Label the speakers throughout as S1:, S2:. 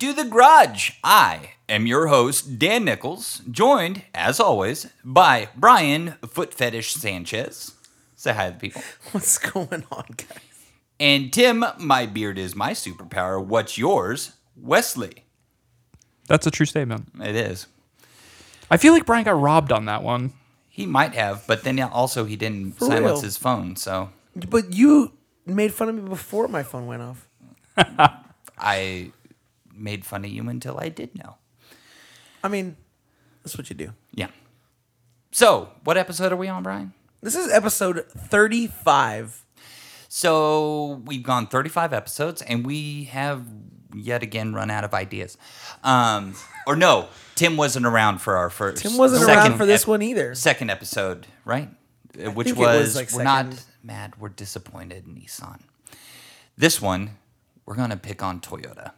S1: Garage. I am your host, Dan Nichols, joined, as always, by Brian Foot Fetish Sanchez. Say hi to the people.
S2: What's going on, guys?
S1: And Tim, my beard is my superpower. What's yours? Wesley.
S3: That's a true statement.
S1: It is.
S3: I feel like Brian got robbed on that one.
S1: He might have, but then also he didn't
S2: For
S1: silence
S2: real.
S1: his phone, so
S2: But you made fun of me before my phone went off.
S1: I made fun of you until I did know.
S2: I mean, that's what you do.
S1: Yeah. So, what episode are we on, Brian?
S2: This is episode 35.
S1: So we've gone 35 episodes, and we have yet again run out of ideas. Um, or no, Tim wasn't around for our first.
S2: Tim wasn't around
S1: second
S2: for this
S1: ep-
S2: one either.
S1: Second episode, right? Uh, Which
S2: think it was,
S1: was,
S2: like,
S1: we're not
S2: second.
S1: mad, we're disappointed in Nissan. This one, we're gonna pick on Toyota,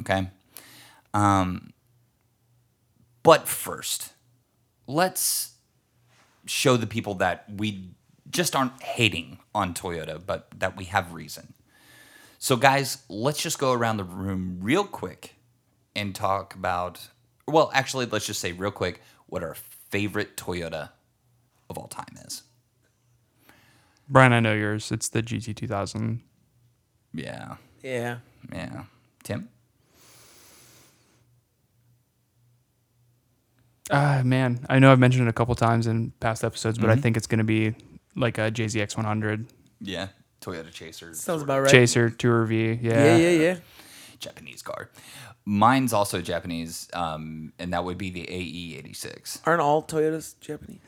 S1: okay? Um, but first, let's show the people that we just aren't hating on Toyota, but that we have reason. So, guys, let's just go around the room real quick and talk about, well, actually, let's just say real quick what our favorite Toyota of all time is.
S3: Brian, I know yours. It's the GT2000.
S1: Yeah.
S2: Yeah.
S1: Yeah. Tim?
S3: Ah, man. I know I've mentioned it a couple times in past episodes, but I think it's going to be like a JZX100
S1: Yeah. Toyota Chaser.
S2: Sounds about right.
S3: Chaser Tour V.
S2: Yeah,
S3: Yeah.
S2: yeah, yeah.
S1: Japanese car. Mine's also Japanese, um, and that would be the AE86.
S2: Aren't all Toyotas Japanese?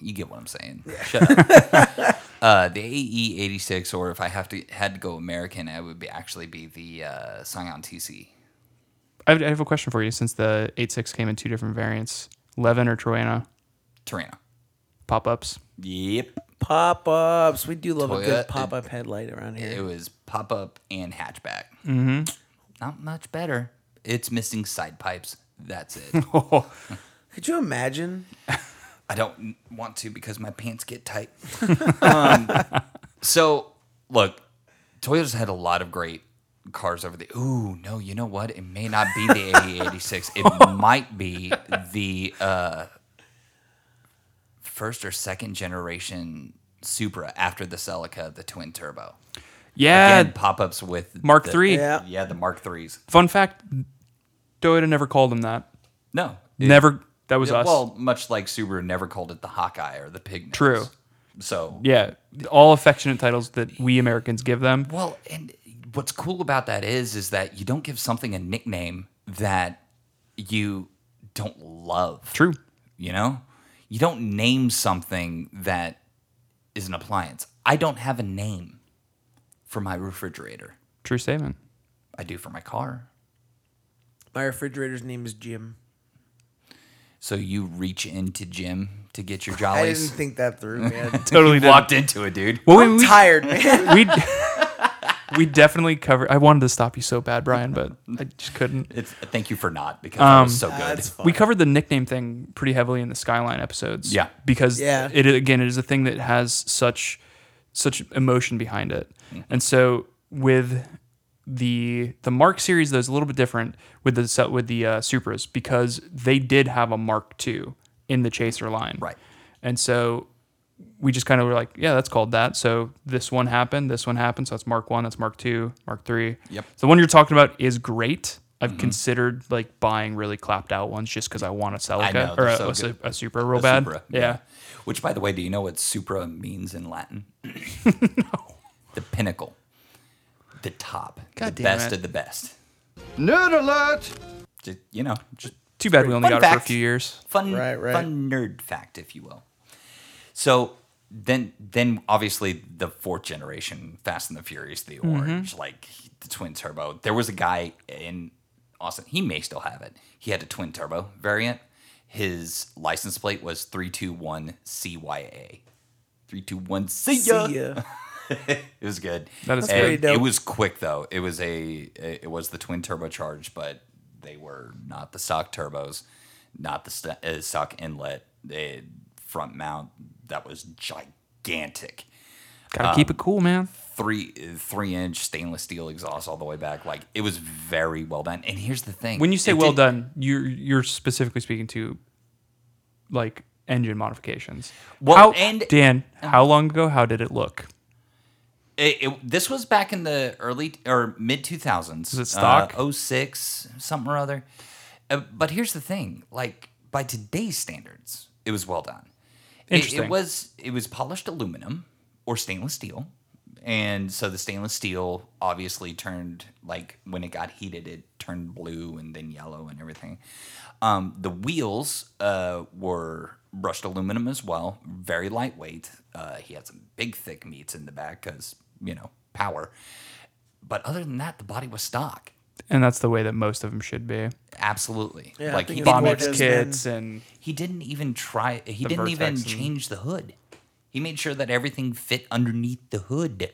S1: You get what I'm saying. Shut up. uh, the AE86, or if I have to had to go American, it would be actually be the uh, Scion TC.
S3: I have, I have a question for you since the 86 came in two different variants Levin or Troyana
S1: Torino.
S3: pop ups.
S1: Yep.
S2: Pop ups. We do love a
S1: Toyota-
S2: good pop up headlight around
S1: It
S2: here.
S1: was pop up and hatchback. Mm-hmm. Not much better. It's missing side pipes. That's it.
S2: Could you imagine?
S1: I don't want to because my pants get tight. um, so, look, Toyota's had a lot of great cars over the. Ooh, no, you know what? It may not be the AE86. It might be the uh, first or second generation Supra after the Celica, the twin turbo.
S3: Yeah.
S1: Again, pop ups with
S3: Mark
S1: the-
S3: III.
S2: Yeah.
S1: Yeah, the Mark threes.
S3: Fun fact Toyota never called them that.
S1: No,
S3: never. That was
S1: Yeah,
S3: us.
S1: Well, much like Subaru never called it the Hawkeye or the Pig. Nose.
S3: True.
S1: So
S3: yeah. All affectionate titles that we Americans give them.
S1: Well, and what's cool about that is, is that you don't give something a nickname that you don't love.
S3: True.
S1: You know, you don't name something that is an appliance. I don't have a name for my refrigerator.
S3: True statement.
S1: I do for my car.
S2: My refrigerator's name is Jim.
S1: So you reach into Jim to get your
S2: I
S1: jollies.
S2: didn't think that through, man.
S3: Totally
S1: You walked into it, dude.
S3: Well,
S2: I'm
S3: we,
S2: tired, man.
S3: we we definitely covered. I wanted to stop you so bad, Brian, but I just couldn't.
S1: It's, thank you for not because
S3: Um,
S1: that was so good.
S2: That's fine.
S3: We covered the nickname thing pretty heavily in the Skyline episodes.
S1: Yeah.
S3: because
S2: Yeah.
S3: it again it is a thing that has such such emotion behind it,
S1: Mm.
S3: and so with the the Mark series, though, is a little bit different with the set with the uh, Supras because they did have a Mark II in the Chaser line,
S1: Right.
S3: And so we just kind of were like, yeah, that's called that. So this one happened, this one happened. So that's Mark One, that's Mark Two, Mark Three.
S1: Yep. Mm-hmm.
S3: The one you're talking about is great. I've considered like buying really clapped out ones just because I want a Celica
S1: know,
S3: or
S1: they're
S3: a,
S1: so
S3: a,
S1: good.
S3: Su- a Supra real
S1: A
S3: bad.
S1: Supra,
S3: Yeah.
S1: Which, by the way, do you know what supra means in Latin? The pinnacle, the top,
S3: God
S1: the
S3: damn
S1: best
S3: it.
S1: of the best.
S4: Nerd alert!
S1: Just, you know, just
S3: Too bad we only
S1: Fun
S3: got it for
S1: fact.
S3: a few years.
S1: fun,
S2: Right, right.
S1: fun nerd fact, if you will. So then, then obviously the fourth generation Fast and the Furious, the orange, like the twin turbo. There was a guy in Austin. He may still have it. He had a twin turbo variant. His license plate was three two one CYA. Three two one C ya.
S2: See ya.
S1: It was good.
S3: That is
S1: And
S2: pretty dope.
S1: It was quick though. It was a it was the twin turbocharged, but they were not the stock turbos, not the st- uh, stock inlet. They front mount that was gigantic. Um,
S3: Gotta keep it cool, man.
S1: three three inch stainless steel exhaust all the way back. Like it was very well done. And here's the thing:
S3: When you say
S1: It
S3: well
S1: did-
S3: done, you're you're specifically speaking to like engine modifications.
S1: Well,
S3: how,
S1: and- Oh.
S3: Dan, how long ago? How did it look?
S1: It, it, this was back in the early or mid 2000s.
S3: Is it stock?
S1: Uh, 06, something or other. Uh, but here's the thing like, by today's standards, it was well done. It- It,
S3: Interesting.
S1: was it was polished aluminum or stainless steel. And so the stainless steel obviously turned like when it got heated, it turned blue and then yellow and everything. Um, the wheels uh, were brushed aluminum as well, very lightweight. Uh, he had some big thick meats in the back because you know power. But other than that, the body was stock.
S3: And that's the way that most of them should be.
S1: Absolutely,
S2: Yeah, I
S1: like
S2: think
S1: he
S2: it's
S1: didn't,
S2: more
S3: Bombix
S2: gorgeous,
S3: kits and
S1: he didn't even try. He
S3: The
S1: didn't even
S3: vertex and-
S1: change the hood. He made sure that everything fit underneath the hood.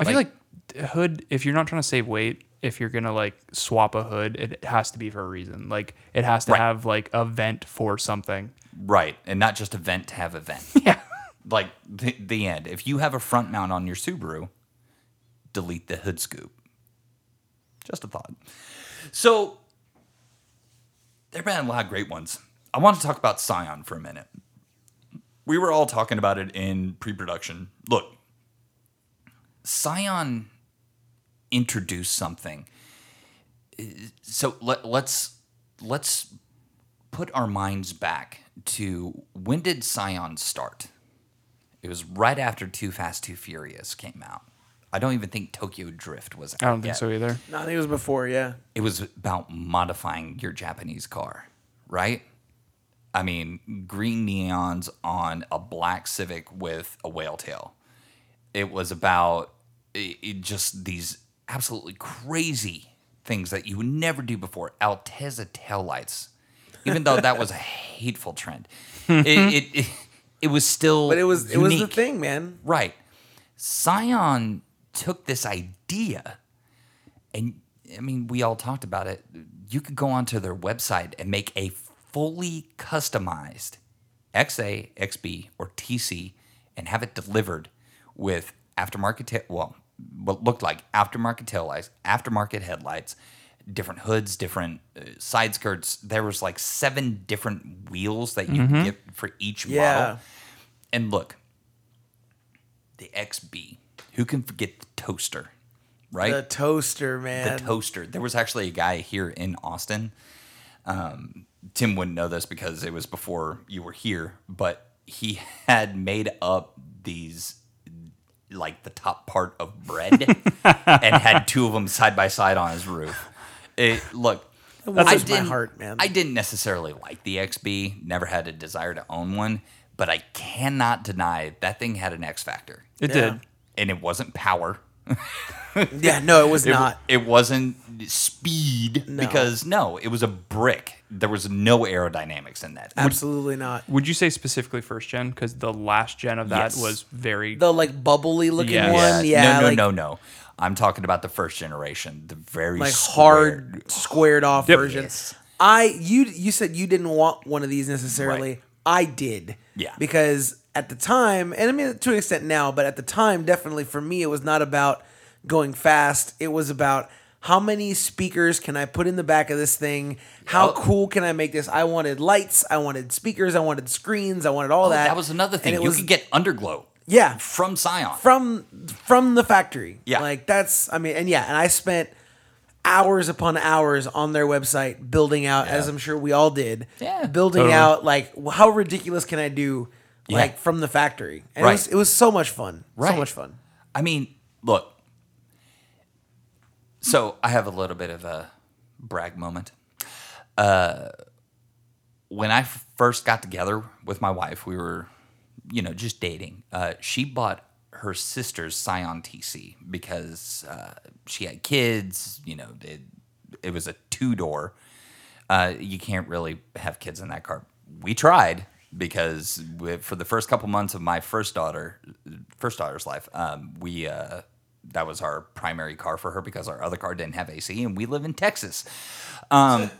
S3: I feel
S1: Like-
S3: like the hood. If you're not trying to save weight, if you're gonna like swap a hood, it has to be for a reason. Like it has to
S1: Right.
S3: have like a vent for something.
S1: Right, and not just a vent to have a vent.
S3: Yeah.
S1: like the, the end. If you have a front mount on your Subaru, delete the hood scoop. Just a thought. So there have been a lot of great ones. I want to talk about Scion for a minute. We were all talking about it in pre-production. Look, Scion introduced something. Uh, So let, let's let's put our minds back to when did Scion start? It was right after Too Fast, Too Furious came out. I don't even think Tokyo Drift was out.
S3: I don't think
S1: yet.
S3: so either.
S2: No, I think it was before. Yeah.
S1: It was about modifying your Japanese car, right? I mean, green neons on a black Civic with a whale tail. It was about i i- just these absolutely crazy things that you would never do before. Alteza taillights, even though that was a hateful trend. It, it, it, it was still.
S2: But it was it was the
S1: unique.
S2: thing, man.
S1: Right. Scion took this idea, and I mean, we all talked about it. You could go onto their website and make a fully customized XA, XB, or TC and have it delivered with aftermarket, ta- well, what looked like aftermarket taillights, aftermarket headlights, different hoods, different uh, side skirts. There was like seven different wheels that you could get for each
S2: Yeah.
S1: model. And look, the XB. Who can forget the toaster, right?
S2: The toaster,
S1: the
S2: man.
S1: toaster. There was actually a guy here in Austin. Um, Tim wouldn't know this because it was before you were here, but he had made up these like the top part of bread and had two of them side by side on his roof. It, look,
S2: warms
S1: I
S2: my
S1: didn't-
S2: heart, man.
S1: I didn't necessarily like the XB, never had a desire to own one, but I cannot deny that thing had an X factor
S3: It
S2: Yeah.
S3: did.
S1: and it wasn't power.
S2: yeah, no, it was not.
S1: It wasn't speed because no, it was a brick. There was no aerodynamics in
S2: Uh,
S1: that.
S2: Absolutely not.
S3: Would you say specifically first gen? Because the last gen of that
S1: Yes.
S3: was very.
S2: The like bubbly looking
S3: Yes.
S2: one. Yeah.
S1: no, no,
S2: like,
S1: no, no. I'm talking about the first generation, the very
S2: Like
S1: square-
S2: hard squared off
S3: Yep.
S2: version.
S1: Yes.
S2: I you you said you didn't want one of these necessarily.
S1: Right.
S2: I did.
S1: Yeah.
S2: Because at the time, and I mean to an extent now, but at the time, definitely for me, it was not about going fast. It was about how many speakers can I put in the back of this thing? How
S1: Yup.
S2: cool can I make this? I wanted lights. I wanted speakers. I wanted screens. I wanted all
S1: Oh, that.
S2: that.
S1: was another
S2: And
S1: thing.
S2: it
S1: You
S2: was-
S1: could get underglow.
S2: Yeah.
S1: From Scion.
S2: from from the factory.
S1: Yeah.
S2: Like that's I mean and yeah, and I spent hours upon hours on their website building out as I'm sure we all did.
S1: Yeah.
S2: Building
S3: Totally.
S2: out like wh- how ridiculous can I do like
S1: Yeah.
S2: from the factory. And
S1: Right.
S2: it was it was so much fun.
S1: Right.
S2: So much fun.
S1: I mean, look. So I have a little bit of a brag moment. Uh, when I f- first got together with my wife, we were, you know, just dating. Uh, she bought her sister's Scion TC because uh, she had kids. You know, it, it was a two door. Uh, you can't really have kids in that car. We tried because we, for the first couple months of my first daughter, first daughter's life, um, we uh, that was our primary car for her because our other car didn't have AC, and we live in Texas. Um,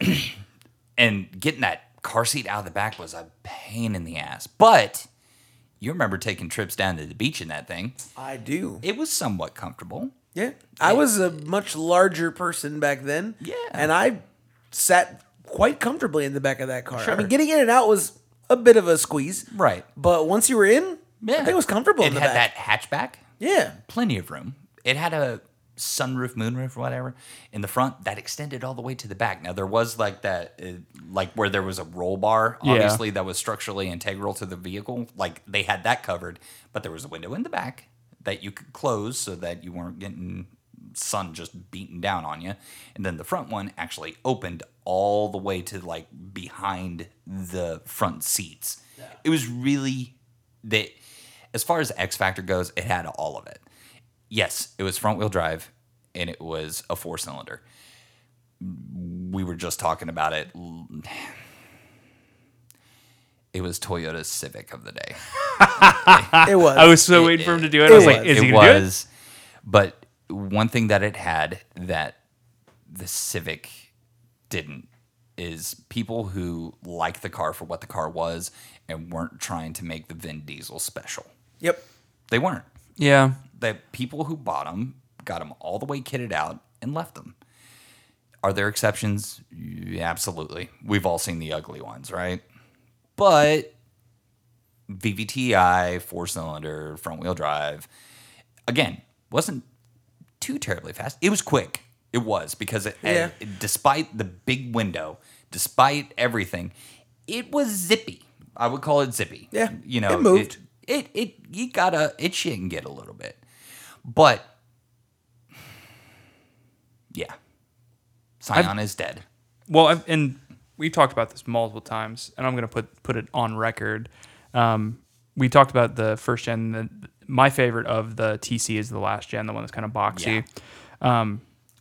S1: and getting that car seat out of the back was a pain in the ass, but You remember taking trips down to the beach in that thing.
S2: I do.
S1: It was somewhat comfortable.
S2: Yeah. I was a much larger person back then.
S1: Yeah.
S2: And I sat quite comfortably in the back of that car. I
S1: Sure.
S2: mean, getting in and out was a bit of a squeeze.
S1: Right.
S2: But once you were in,
S1: Yeah.
S2: I think it was comfortable
S1: It
S2: in the
S1: had
S2: back.
S1: that hatchback.
S2: Yeah.
S1: plenty of room. It had a sunroof, moonroof, whatever in the front that extended all the way to the back. Now there was like that, uh, like where there was a roll bar,
S3: Yeah.
S1: obviously that was structurally integral to the vehicle. Like they had that covered, but there was a window in the back that you could close so that you weren't getting sun just beating down on you. And then the front one actually opened all the way to like behind the front seats. It was really that as far as X Factor goes, it had all of it. Yes, it was front wheel drive and it was a four cylinder. We were just talking about it. It was Toyota's Civic of the day.
S2: It was.
S3: Ah, I was so waiting for him to do it. I was
S2: it
S3: like,
S2: was.
S3: is he
S1: it
S3: going to do it?
S1: was, but one thing that it had that the Civic didn't is people who like the car for what the car was and weren't trying to make the Vin Diesel special.
S2: Yep.
S1: They weren't
S3: Yeah.
S1: that people who bought them got them all the way kitted out and left them. Are there exceptions? Yeah, Absolutely. We've all seen the ugly ones, right? But VVTi, four cylinder, front wheel drive, again, wasn't too terribly fast. It was quick. It was because it,
S2: Yeah.
S1: it- despite the big window, despite everything, it was zippy. I would call it zippy.
S2: Yeah.
S1: You know,
S2: It moved.
S1: It it, it you gotta it shit and get a little bit. But yeah. Scion is dead.
S3: Well, I've, and we've talked about this multiple times, and I'm going to put put it on record. Um, we talked about the first gen. The, my favorite of the TC is the last gen, the one that's kind of boxy.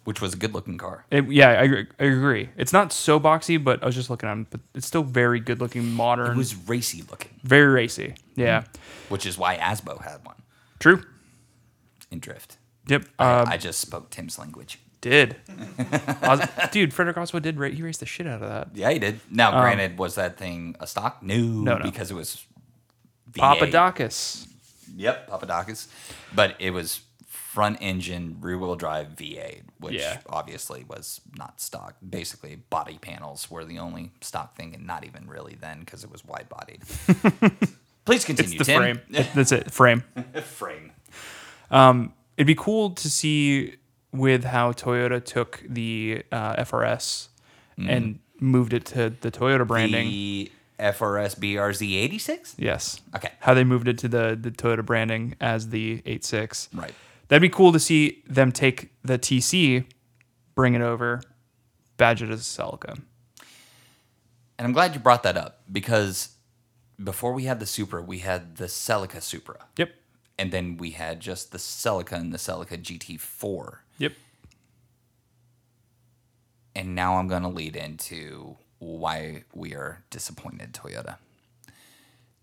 S1: Which was a good looking car.
S3: It- yeah, I, agree- I agree. It's not so boxy, but I was just looking at it, but it's still very good looking, modern,
S1: It was Mm-hmm. racy looking,
S3: very racy. Yeah,
S1: which is why Asbo had one
S3: true.
S1: in Drift.
S3: Yep.
S1: I-
S2: Um,
S3: Uh,
S1: I just spoke Tim's language.
S3: did. I was- dude, Frederick Oswald did. Ra- he raced the shit out of that.
S1: Yeah, he did. Now,
S2: um,
S1: granted, was that thing a stock? No,
S3: no.
S1: because it was V8.
S3: Papadakis.
S1: Yep, Papadakis. But it was front engine, rear wheel drive V8, which
S3: Yeah.
S1: obviously was not stock. Basically, body panels were the only stock thing, and not even really then because it was wide bodied. Please
S3: It's
S1: continue,
S3: the
S1: Tim.
S3: frame. That's it. Frame.
S1: frame.
S3: It'd be cool to see with how Toyota took the uh, FRS and moved it to the Toyota branding.
S1: Mm. The FRS BRZ 86?
S3: yes.
S1: Okay.
S3: How they moved it to the the Toyota branding as the 86.
S1: Right.
S3: That'd be cool to see them take the TC, bring it over, badge it as a Celica.
S1: And I'm glad you brought that up because before we had the Supra, we had the Celica Supra.
S3: Yep.
S1: and then we had just the Celica and the Celica GT4.
S3: Yep.
S1: And now I'm going to lead into why we are disappointed Toyota.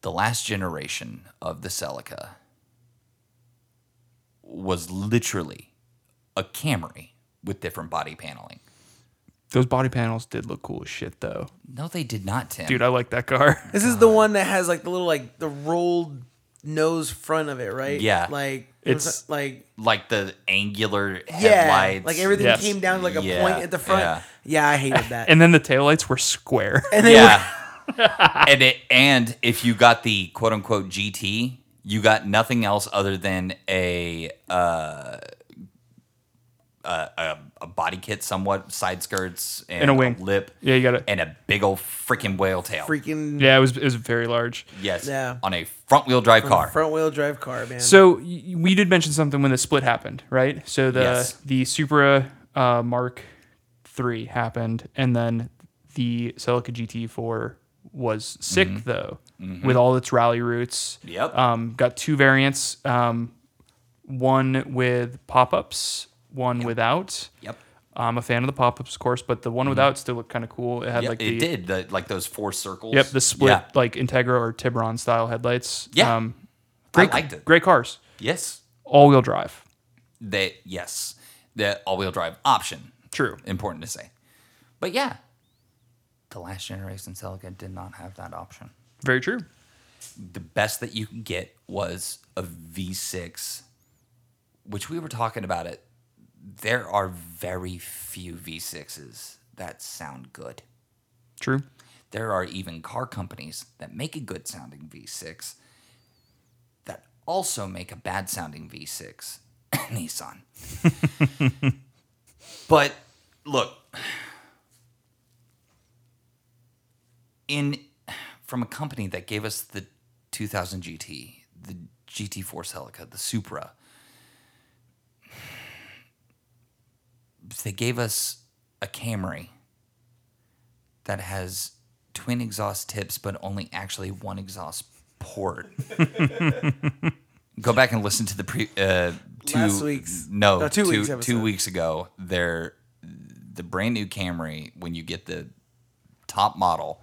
S1: The last generation of the Celica was literally a Camry with different body paneling.
S3: Those body panels did look cool as shit though.
S1: No, they did not, Tim.
S3: Dude, I like that car.
S2: This is the one that has like the little like the rolled nose front of it, right?
S1: Yeah.
S2: Like
S3: It's-
S2: it's like
S1: like the angular
S2: yeah,
S1: headlights.
S2: like everything
S3: Yes.
S2: came down to, like a
S1: Yeah,
S2: point at the front.
S1: yeah.
S2: Yeah, I hated that.
S3: And then the taillights were square.
S2: and they were-
S1: yeah. and it, and if you got the quote unquote GT, you got nothing else other than a uh, uh, a, a body kit, somewhat side skirts and,
S3: And a wing.
S1: lip,
S3: yeah, you got it.
S1: and a big old freaking whale tail.
S2: freaking
S3: Yeah, it was it was very large.
S1: yes,
S2: Yeah.
S1: on a front wheel drive car.
S2: front wheel drive car, man.
S3: So y- we did mention something when the split happened, right? So the
S1: Yes.
S3: the Supra uh, Mark III happened, and then the Celica GT4 was sick though, with all its rally routes.
S1: Mm-hmm. Yep.
S3: Um, got two variants. Um, one with pop ups, one without.
S1: yep, Mm-hmm.
S3: I'm a fan of the pop ups, of course, but the one without still looked kind of cool. It had
S1: yep
S3: like
S1: it
S3: the
S1: did the, like those four circles.
S3: Yep, the split
S1: Yeah.
S3: like Integra or Tiburon style headlights. Um,
S1: Yeah.
S3: great,
S1: I liked it.
S3: Great cars,
S1: Yes,
S3: all wheel drive.
S1: that yes, the all wheel drive option.
S3: True.
S1: important to say. But yeah, the last generation Celica did not have that option.
S3: Very true.
S1: the best that you could get was a V6, which we were talking about it. There are very few V6s that sound good.
S3: True.
S1: There are even car companies that make a good sounding V6 that also make a bad sounding V6 Nissan. but look, in from a company that gave us the 2000 GT, the GT Force Helica, the Supra, they gave us a Camry that has twin exhaust tips but only actually one exhaust port. Go back and listen to the pre uh, two
S2: Last week's-
S1: no,
S2: no, two
S1: two,
S2: weeks'
S1: two,
S2: episode.
S1: weeks ago. Their the brand new Camry when you get the top model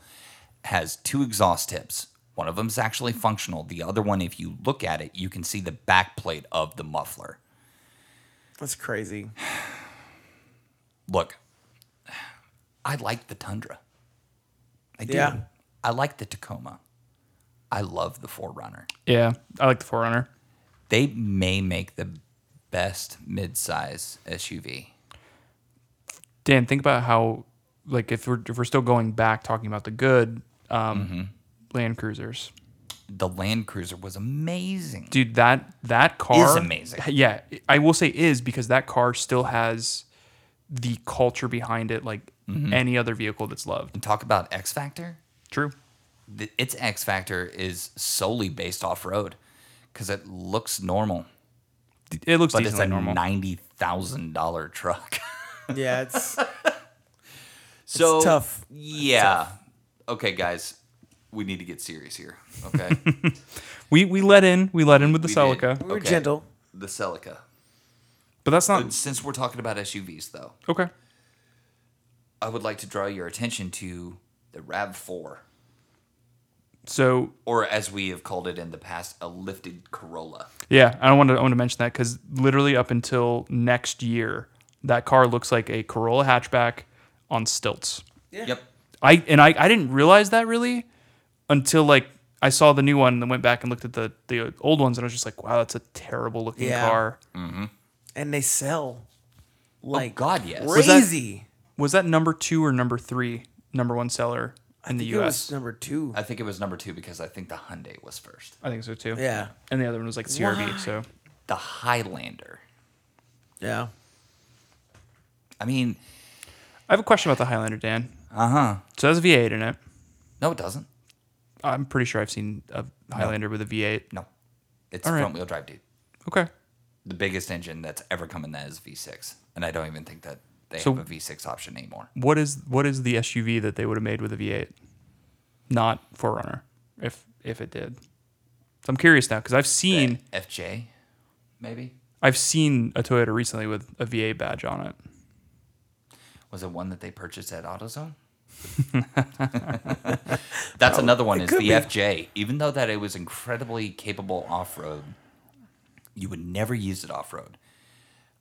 S1: has two exhaust tips. One of them's actually functional. The other one, if you look at it, you can see the back plate of the muffler.
S2: That's crazy.
S1: look, I like the Tundra. I do.
S2: Yeah.
S1: I like the Tacoma. I love the Forerunner.
S3: Yeah, I like the Forerunner.
S1: They may make the best midsize SUV.
S3: Dan, think about how, like, if we're if we're still going back talking about the good um,
S1: Mm-hmm.
S3: Land Cruisers,
S1: The Land Cruiser was amazing.
S3: dude, that that car
S1: Is amazing.
S3: Yeah, I will say is because that car still has the culture behind it, like
S1: Mm-hmm.
S3: any other vehicle that's loved.
S1: Talk about X Factor.
S3: True.
S1: Th- Its X Factor is solely based off road because it looks normal,
S3: It looks
S1: but it's
S3: decently
S1: a
S3: normal.
S1: ninety thousand dollar truck.
S2: Yeah, it's
S1: So
S2: tough.
S1: Yeah. Okay, guys, we need to get serious here. Okay.
S3: we we let in we let in with the
S1: We did.
S3: Celica,
S2: We were gentle.
S1: The Celica.
S3: but that's not
S1: Since we're talking about SUVs, though,
S3: okay.
S1: I would like to draw your attention to the RAV4,
S3: So
S1: or as we have called it in the past, a lifted Corolla.
S3: Yeah, I don't want to. I want to mention that because literally up until next year, that car looks like a Corolla hatchback on stilts.
S1: Yep.
S3: I and I, I didn't realize that really until like I saw the new one and then went back and looked at the the old ones and I was just like, wow, that's a terrible looking
S2: Yeah.
S3: car.
S2: and they sell like
S1: Oh, God, yes. Was
S3: that-
S2: crazy.
S3: Was that number two or number three? Number one seller in the
S2: I think It
S3: U.S.
S2: was number two.
S1: I think it was number two because I think the Hyundai was first.
S3: I think so too.
S2: Yeah,
S3: and the other one was like CRV. So
S1: The Highlander.
S2: yeah.
S1: I mean,
S3: I have a question about the Highlander, Dan. Uh
S2: Uh-huh.
S3: huh. So that's a V8 in it.
S1: no, it doesn't.
S3: I'm pretty sure I've seen a Highlander with a V8.
S1: No, it's
S3: All right.
S1: front wheel drive, dude.
S3: Okay.
S1: The biggest engine that's ever come in that is V6, and I don't even think that they
S3: So-
S1: have a V6 option anymore.
S3: what is what is the SUV that they would have made with a V8? Not Forerunner, if if it did. So I'm curious now because I've
S1: The
S3: seen
S1: FJ, maybe
S3: I've seen a Toyota recently with a V8 badge on it.
S1: was it one that they purchased at AutoZone? That's another one is the FJ. Even though that it was incredibly capable off road, you would never use it off road.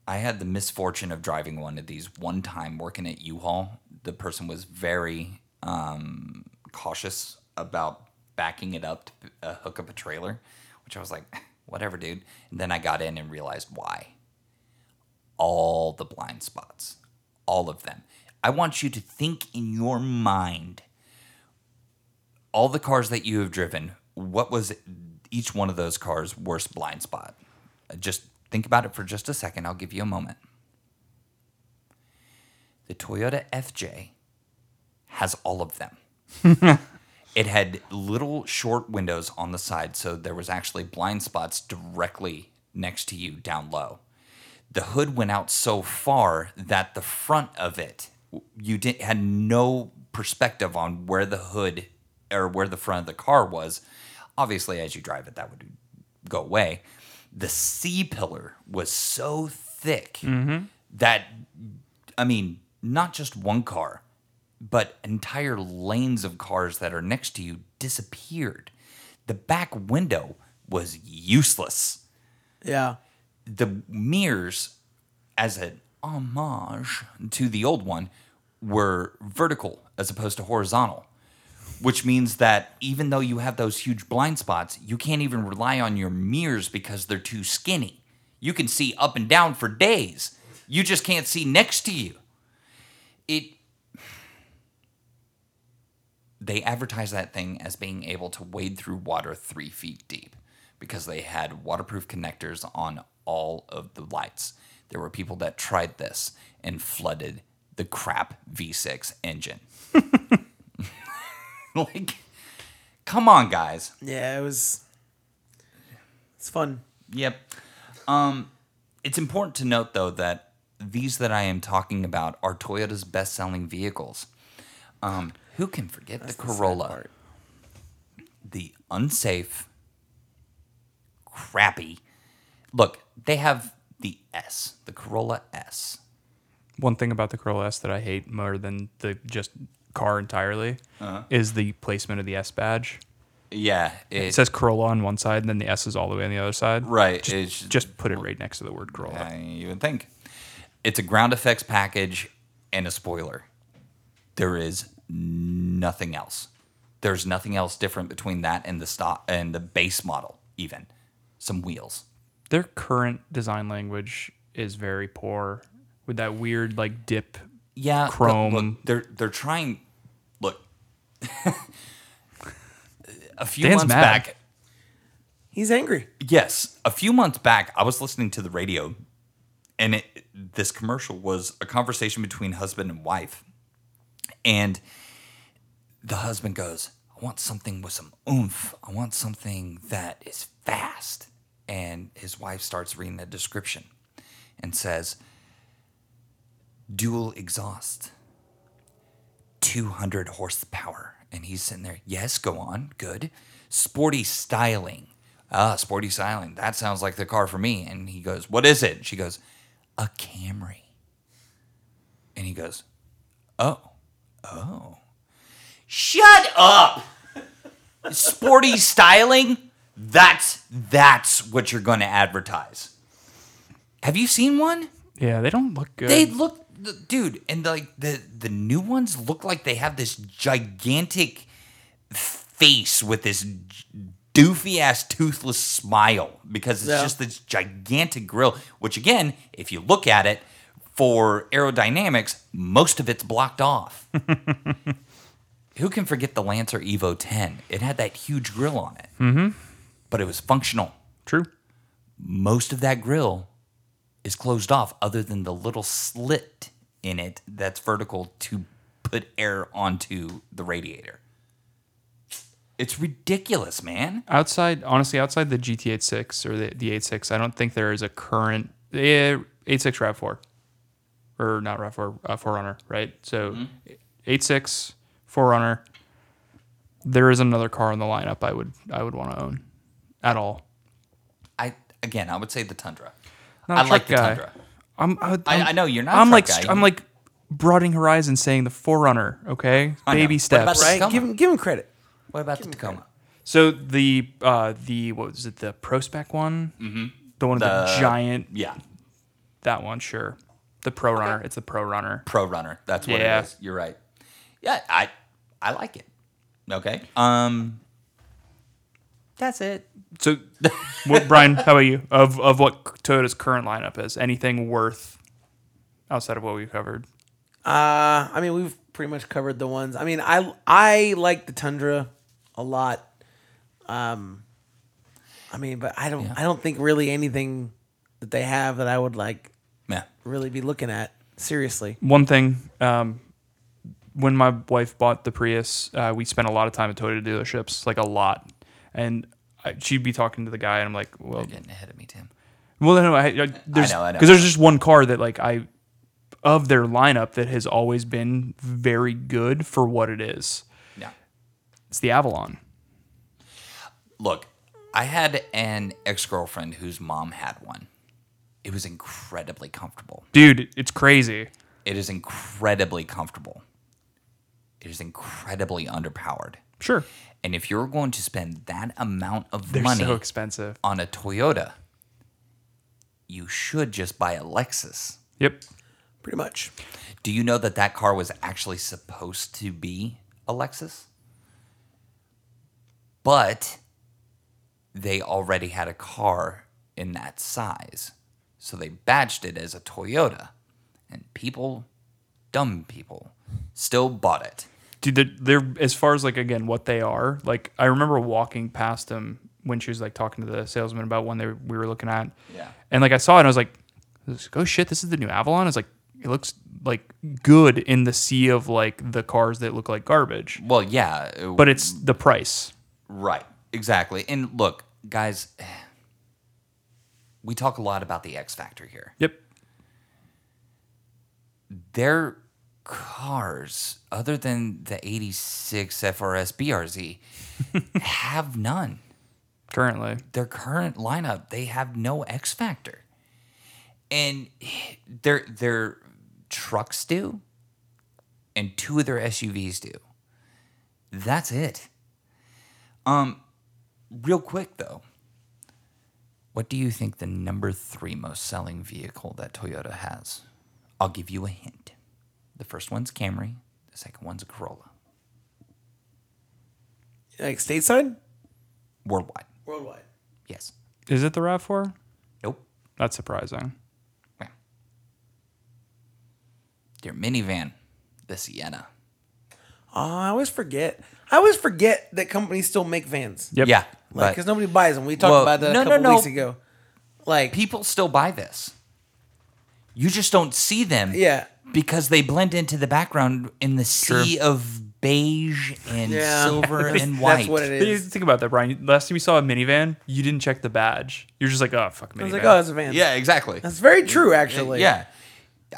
S1: I had the misfortune of driving one of these one time working at U-Haul. The person was very um, cautious about backing it up to uh, hook up a trailer, which I was like, whatever, dude. And then I got in and realized why all the blind spots, all of them. I want you to think in your mind all the cars that you have driven, what was each one of those cars' worst blind spot? Uh, Just think about it for just a second. I'll give you a moment. The Toyota FJ has all of them. it had little short windows on the side, so there was actually blind spots directly next to you down low the hood went out so far that the front of it you didn't had no perspective on where the hood or where the front of the car was obviously as you drive it that would go away the c pillar was so thick that i mean not just one car but entire lanes of cars that are next to you disappeared the back window was useless
S2: Yeah.
S1: the mirrors as an homage to the old one were vertical as opposed to horizontal which means that even though you have those huge blind spots, you can't even rely on your mirrors because they're too skinny. You can see up and down for days. You just can't see next to you. It they advertise that thing as being able to wade through water three feet deep because they had waterproof connectors on all of the lights. There were people that tried this and flooded the crap V6 engine. like, come on, guys.
S2: Yeah, it was. It's fun.
S1: Yep. Um, it's important to note, though, that these that I am talking about are Toyota's best selling vehicles. Um, who can forget the Corolla? the unsafe, crappy. Look, they have the S, the Corolla S.
S3: One thing about the Corolla S that I hate more than the just car entirely
S1: Uh-huh.
S3: is the placement of the S badge.
S1: Yeah, it,
S3: It says Corolla on one side, and then the S is all the way on the other side.
S1: right.
S3: Just,
S1: it's
S3: just put it right next to the word Corolla.
S1: I even think it's a ground effects package and a spoiler. There is nothing else. There's nothing else different between that and the stock and the base model. Even some wheels.
S3: Their current design language is very poor, with that weird like dip.
S1: yeah but
S3: Chrome.
S1: look, they're they're trying look a few
S3: Dan's
S1: months
S3: mad.
S1: back
S2: He's angry.
S1: yes a few months back i was listening to the radio and it, this commercial was a conversation between husband and wife and the husband goes i want something with some oomph i want something that is fast and his wife starts reading the description and says dual exhaust 200 horsepower. And he's sitting there, yes, go on, good. Sporty styling. Ah, sporty styling. That sounds like the car for me. And he goes, what is it? She goes, a Camry. And he goes, oh, oh. Shut up! sporty styling? That's that's what you're going to advertise. Have you seen one?
S3: Yeah, they don't look good.
S1: They look, th- dude, and like the the new ones look like they have this gigantic face with this j- doofy ass toothless smile because it's
S2: Yeah.
S1: just this gigantic grill. Which again, if you look at it for aerodynamics, most of it's blocked off. Who can forget the Lancer Evo 10? It had that huge grill on it, mm-hmm. but it was functional
S3: True.
S1: most of that grill is closed off other than the little slit in it that's vertical to put air onto the radiator. It's ridiculous, man.
S3: Outside, honestly, outside the GT86 or the, the 86, I don't think there is a current eh, 86 RAV4 or not RAV4, uh, 4Runner, right? So 86, 4Runner. There is another car in the lineup I would I would want to own at all.
S1: I again, I would say the Tundra.
S3: Not a
S1: I like uh,
S3: truck
S1: the
S3: guy.
S1: Tundra.
S3: I'm, I, would-
S1: I-
S3: I'm-
S1: I know, you're not a
S3: I'm
S1: truck
S3: like
S1: guy.
S3: I'm like broadening horizon, saying the 4Runner. Okay,
S1: know.
S3: baby
S1: What about
S3: steps.
S1: the
S2: Right?
S1: Tacoma.
S2: Give him give him credit.
S1: What about the Tacoma?
S3: So the uh, the what was it? The Prospec one, mm-hmm. the one with the,
S1: The-
S3: giant
S1: Yeah,
S3: That one, sure. The Pro Runner. It's the Pro Runner.
S1: Pro Runner. That's what
S3: Yeah.
S1: it is. You're right. Yeah, I I like it. Okay. Um That's it.
S3: So, what, Brian, how about you? Of of what Toyota's current lineup is, anything worth outside of what we covered?
S2: Uh, I mean, we've pretty much covered the ones. I mean, I I like the Tundra a lot. Um, I mean, but I don't I don't think really anything that they have that I would like
S1: Yeah.
S2: really be looking at seriously.
S3: One thing, um, when my wife bought the Prius, uh, we spent a lot of time at Toyota dealerships, like a lot, and. I, she'd be talking to the guy, and I'm like, "Well,
S1: Getting ahead of me, Tim.
S3: well, no, no, I, I, there's,
S1: know, I know.
S3: Because there's just one car that, like, I of their lineup that has always been very good for what it is.
S1: Yeah.
S3: It's the Avalon.
S1: look, I had an ex girlfriend whose mom had one. It was incredibly comfortable.
S3: dude it's crazy
S1: It is incredibly comfortable. It is incredibly underpowered.
S3: sure
S1: And if you're going to spend that amount of
S3: they're
S1: money
S3: so expensive
S1: on a Toyota, you should just buy a Lexus.
S3: yep
S2: Pretty much.
S1: Do you know that that car was actually supposed to be a Lexus? but they already had a car in that size. So they badged it as a Toyota. And people, dumb people, still bought it.
S3: dude they're, they're as far as like again what they are like i remember walking past them when she was like talking to the salesman about one they were- we were looking at
S1: Yeah.
S3: and like i saw it and i was like this- oh shit this is the new avalon it's like it looks like good in the sea of like the cars that look like garbage
S1: Well, yeah. it-
S3: but it's the price
S1: Right. Exactly. And look, guys, we talk a lot about the X Factor here.
S3: yep
S1: Their cars, other than the 86 FRS BRZ, have none.
S3: currently
S1: Their current lineup, they have no X Factor. And their their trucks do, and two of their SUVs do. That's it. Um, real quick though, what do you think the number three most selling vehicle that Toyota has? I'll give you a hint. The first one's Camry. The second one's a Corolla.
S2: Like stateside?
S1: Worldwide,
S2: Worldwide.
S1: yes.
S3: is it the rav4
S1: Nope.
S3: that's surprising
S1: Yeah. Their minivan, the Sienna.
S2: Oh, I always forget. I always forget that companies still make vans.
S3: yep
S1: Yeah,
S2: Like,
S1: but
S2: because nobody buys them. We talked
S1: Well,
S2: about that
S1: no,
S2: a
S1: no,
S2: couple
S1: no.
S2: weeks ago. Like,
S1: people still buy this. You just don't see them.
S2: yeah,
S1: because they blend into the background in the sea of beige and
S2: yeah,
S1: silver
S2: That's-
S1: and white.
S2: That's what it
S3: But you
S2: is.
S3: think about that brian last time you saw a minivan you didn't check the badge you're just like oh fuck minivan.
S2: I was like, oh, it's a van.
S1: Yeah, exactly.
S2: that's very true. Actually,
S1: yeah.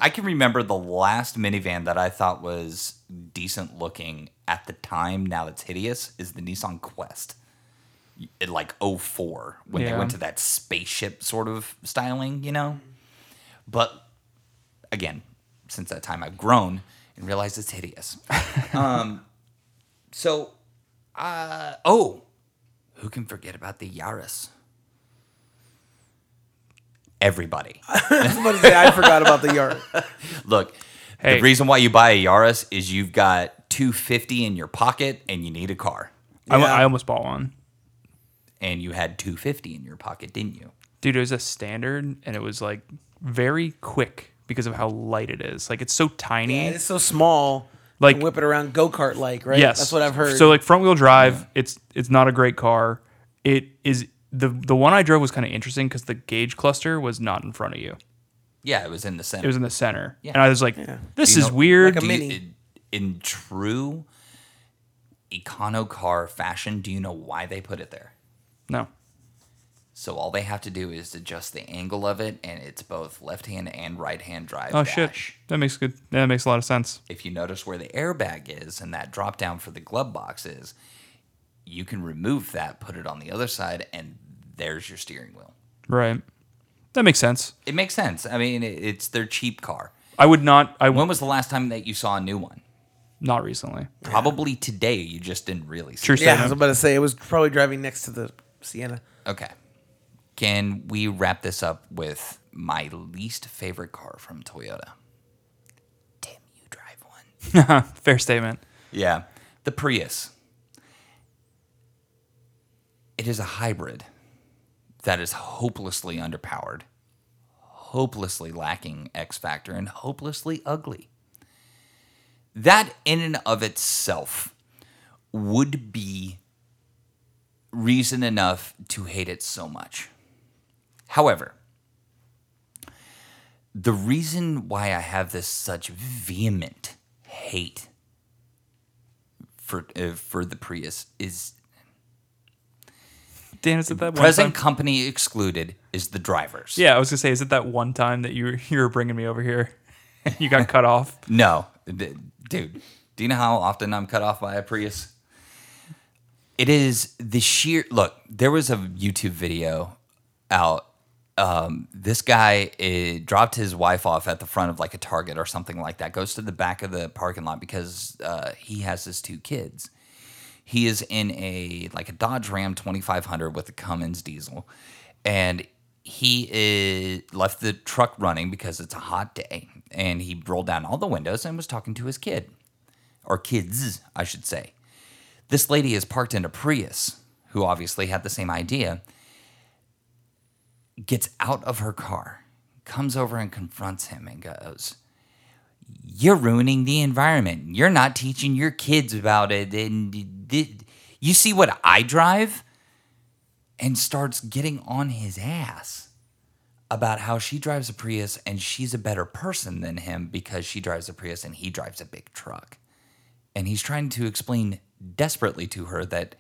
S1: I can remember the last minivan that I thought was decent looking at the time, now it's hideous, is the Nissan Quest. In like 04 when they
S3: Yeah.
S1: went to that spaceship sort of styling, you know? But again, since that time I've grown and realized it's hideous. um, so, uh, oh, who can forget about the Yaris? Everybody.
S2: Somebody said, I forgot about the yard.
S1: Look,
S3: Hey.
S1: the reason why you buy a Yaris is you've got 250 in your pocket and you need a car.
S3: I,
S2: Yeah.
S3: I almost bought one
S1: And you had 250 in your pocket, didn't you?
S3: dude it was a standard and it was like very quick because of how light it is like it's so tiny
S2: It's so small.
S3: Like-
S2: Like whip it around go kart like, right?
S3: yes
S2: that's what I've heard.
S3: so like front wheel drive it's it's not a great car it is the the one i drove was kind of interesting because the gauge cluster was not in front of you
S1: Yeah, it was in the center.
S3: it was in the center
S1: Yeah.
S3: and i was like this
S1: You
S3: is
S1: know,
S3: weird
S2: like
S1: do
S2: a
S1: you-
S2: mini.
S1: in true econo car fashion, do you know why they put it there?
S3: no
S1: So all they have to do is adjust the angle of it, and it's both left hand and right hand drive.
S3: oh
S1: dash.
S3: shit that makes good that makes a lot of sense
S1: if you notice where the airbag is and that drop down for the glove box is, you can remove that, put it on the other side, and there's your steering wheel.
S3: right that makes sense
S1: It makes sense. I mean, it- it's their cheap car.
S3: i would not i
S1: When
S3: would
S1: was the last time that you saw a new one?
S3: not recently
S1: Probably today. You just didn't really see.
S3: true
S1: it.
S2: yeah, I
S3: statement.
S2: was about to say it was probably driving next to the Sienna.
S1: Okay. Can we wrap this up with my least favorite car from Toyota? Tim, you drive one.
S3: fair statement
S1: Yeah. The Prius. It is a hybrid that is hopelessly underpowered, hopelessly lacking X factor, and hopelessly ugly. That, in and of itself, would be reason enough to hate it so much. However, the reason why I have this such vehement hate for uh, for the Prius is
S3: dan is it that one time?
S1: present company excluded is the drivers.
S3: Yeah, I was gonna say, is it that one time that you were, you were bringing me over here? You got cut off.
S1: No, D- dude. Do you know how often I'm cut off by a Prius? It is the sheer look. There was a YouTube video out. Um, this guy eh, dropped his wife off at the front of like a Target or something like that. Goes to the back of the parking lot because uh, he has his two kids. He is in a like a Dodge Ram 2500 with a Cummins diesel, and he is, left the truck running because it's a hot day, and he rolled down all the windows and was talking to his kid, or kids, I should say. This lady is parked in a Prius who obviously had the same idea, gets out of her car, comes over and confronts him and goes, You're ruining the environment. You're not teaching your kids about it. And did, you see what I drive? And starts getting on his ass about how she drives a Prius and she's a better person than him because she drives a Prius and he drives a big truck. And he's trying to explain desperately to her that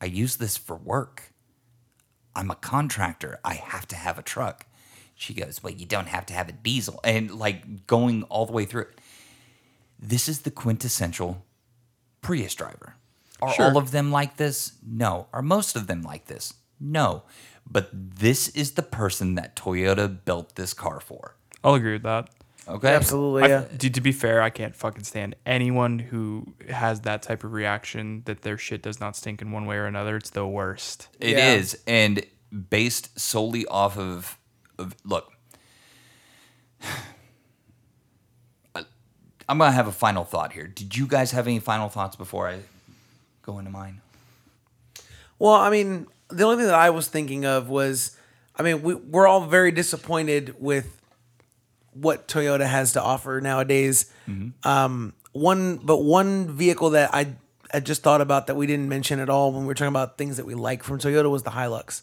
S1: I use this for work. I'm a contractor. I have to have a truck. She goes, Well, you don't have to have a diesel. And like going all the way through it. This is the quintessential Prius driver. Are
S3: Sure.
S1: all of them like this? No. Are most of them like this? No. But this is the person that Toyota built this car for.
S3: I'll agree with that.
S1: Okay.
S2: Absolutely,
S3: I-
S2: yeah.
S3: to, to be fair, I can't fucking stand anyone who has that type of reaction that their shit does not stink in one way or another. It's the worst.
S1: It is,
S2: Yeah.
S1: and based solely off of, of look. I- I'm gonna have a final thought here. Did you guys have any final thoughts before I go into mine?
S2: Well, I mean, the only thing that I was thinking of was, I mean, we, we're all very disappointed with what Toyota has to offer nowadays. Um, one, but one vehicle that I I just thought about that we didn't mention at all when we were talking about things that we like from Toyota was the Hilux,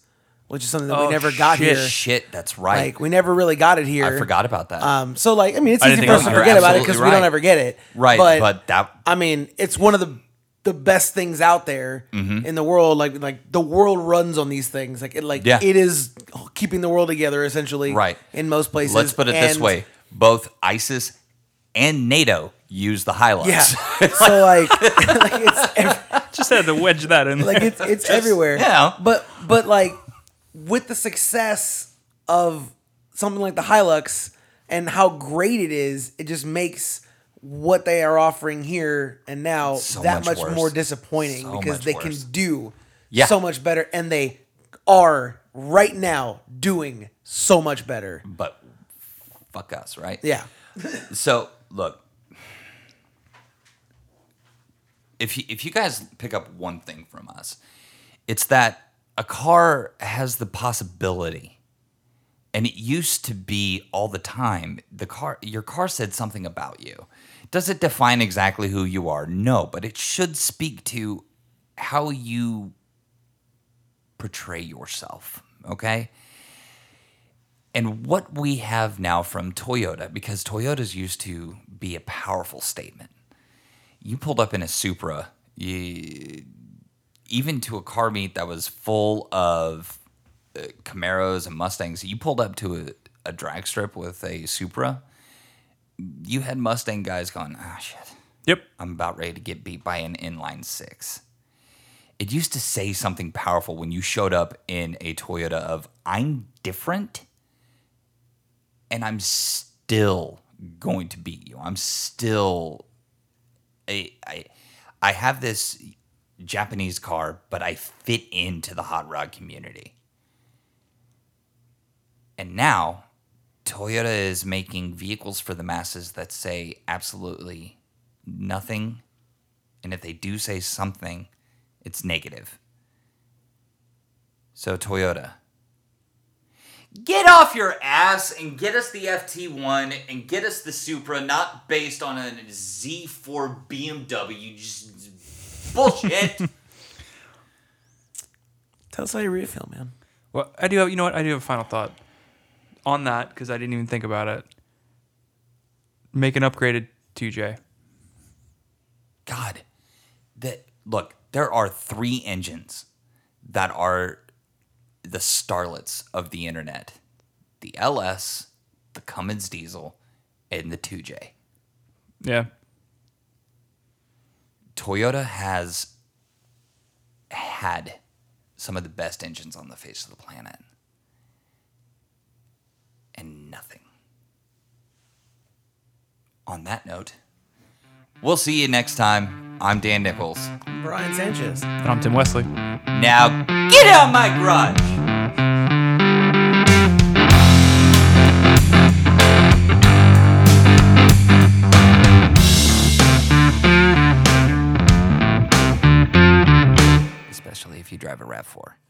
S2: which is something that
S1: Oh,
S2: we never got
S1: shit,
S2: here.
S1: Shit, that's right.
S2: Like we never really got it here.
S1: I forgot about that.
S2: Um, so like, I mean, it's
S3: I didn't
S2: easy
S3: think
S2: for us to
S3: about that.
S2: forget about it because
S1: Absolutely
S2: we don't
S1: right.
S2: ever get it.
S1: Right, but that-
S2: I mean, it's one of the the best things out there
S1: Mm-hmm.
S2: in the world. Like like the world runs on these things. Like it like
S1: Yeah.
S2: it is keeping the world together essentially.
S1: Right.
S2: In most places.
S1: Let's put it this
S2: And-
S1: way: both ISIS and NATO use the Hilux.
S2: Yeah. so like, like it's ev-
S3: Just had to wedge that in.
S2: like it's it's everywhere.
S1: yeah.
S2: But but like with the success of something like the Hilux and how great it is, it just makes what they are offering here and now
S1: So
S2: that
S1: much
S2: much,
S1: worse.
S2: more disappointing
S1: So
S2: because
S1: much
S2: they
S1: worse.
S2: can do
S1: Yeah.
S2: so much better and they are right now doing so much better.
S1: but fuck us, right?
S2: Yeah.
S1: So look, if you, if you guys pick up one thing from us, it's that a car has the possibility, and it used to be all the time. The car, your car said something about you. Does it define exactly who you are? No, but it should speak to how you portray yourself. Okay and what we have now from Toyota, because Toyota's used to be a powerful statement. You pulled up in a Supra, you, even to a car meet that was full of uh, Camaros and Mustangs. You pulled up to a, a drag strip with a Supra. You had Mustang guys going, ah, shit.
S3: yep.
S1: I'm about ready to get beat by an inline six. It used to say something powerful when you showed up in a Toyota of I'm different and I'm still going to beat you. I'm still a I I have this Japanese car, but I fit into the hot rod community. And now Toyota is making vehicles for the masses that say absolutely nothing. And if they do say something, it's negative. So, Toyota, get off your ass and get us the FT1 and get us the Supra, not based on a Z4 BMW. Just bullshit.
S2: Tell us how you really feel, man.
S3: Well, I do. Have, you know what? I do have a final thought on that because I didn't even think about it. Make an upgraded 2J.
S1: God, that look, there are three engines that are the starlets of the internet: the LS, the Cummins diesel, and the 2J.
S3: Yeah.
S1: Toyota has had some of the best engines on the face of the planet, and nothing. On that note, we'll see you next time. I'm Dan Nichols.
S2: Brian Sanchez.
S3: And I'm Tim Wesley.
S1: Now get out my garage! Especially especially if you drive a Rav4.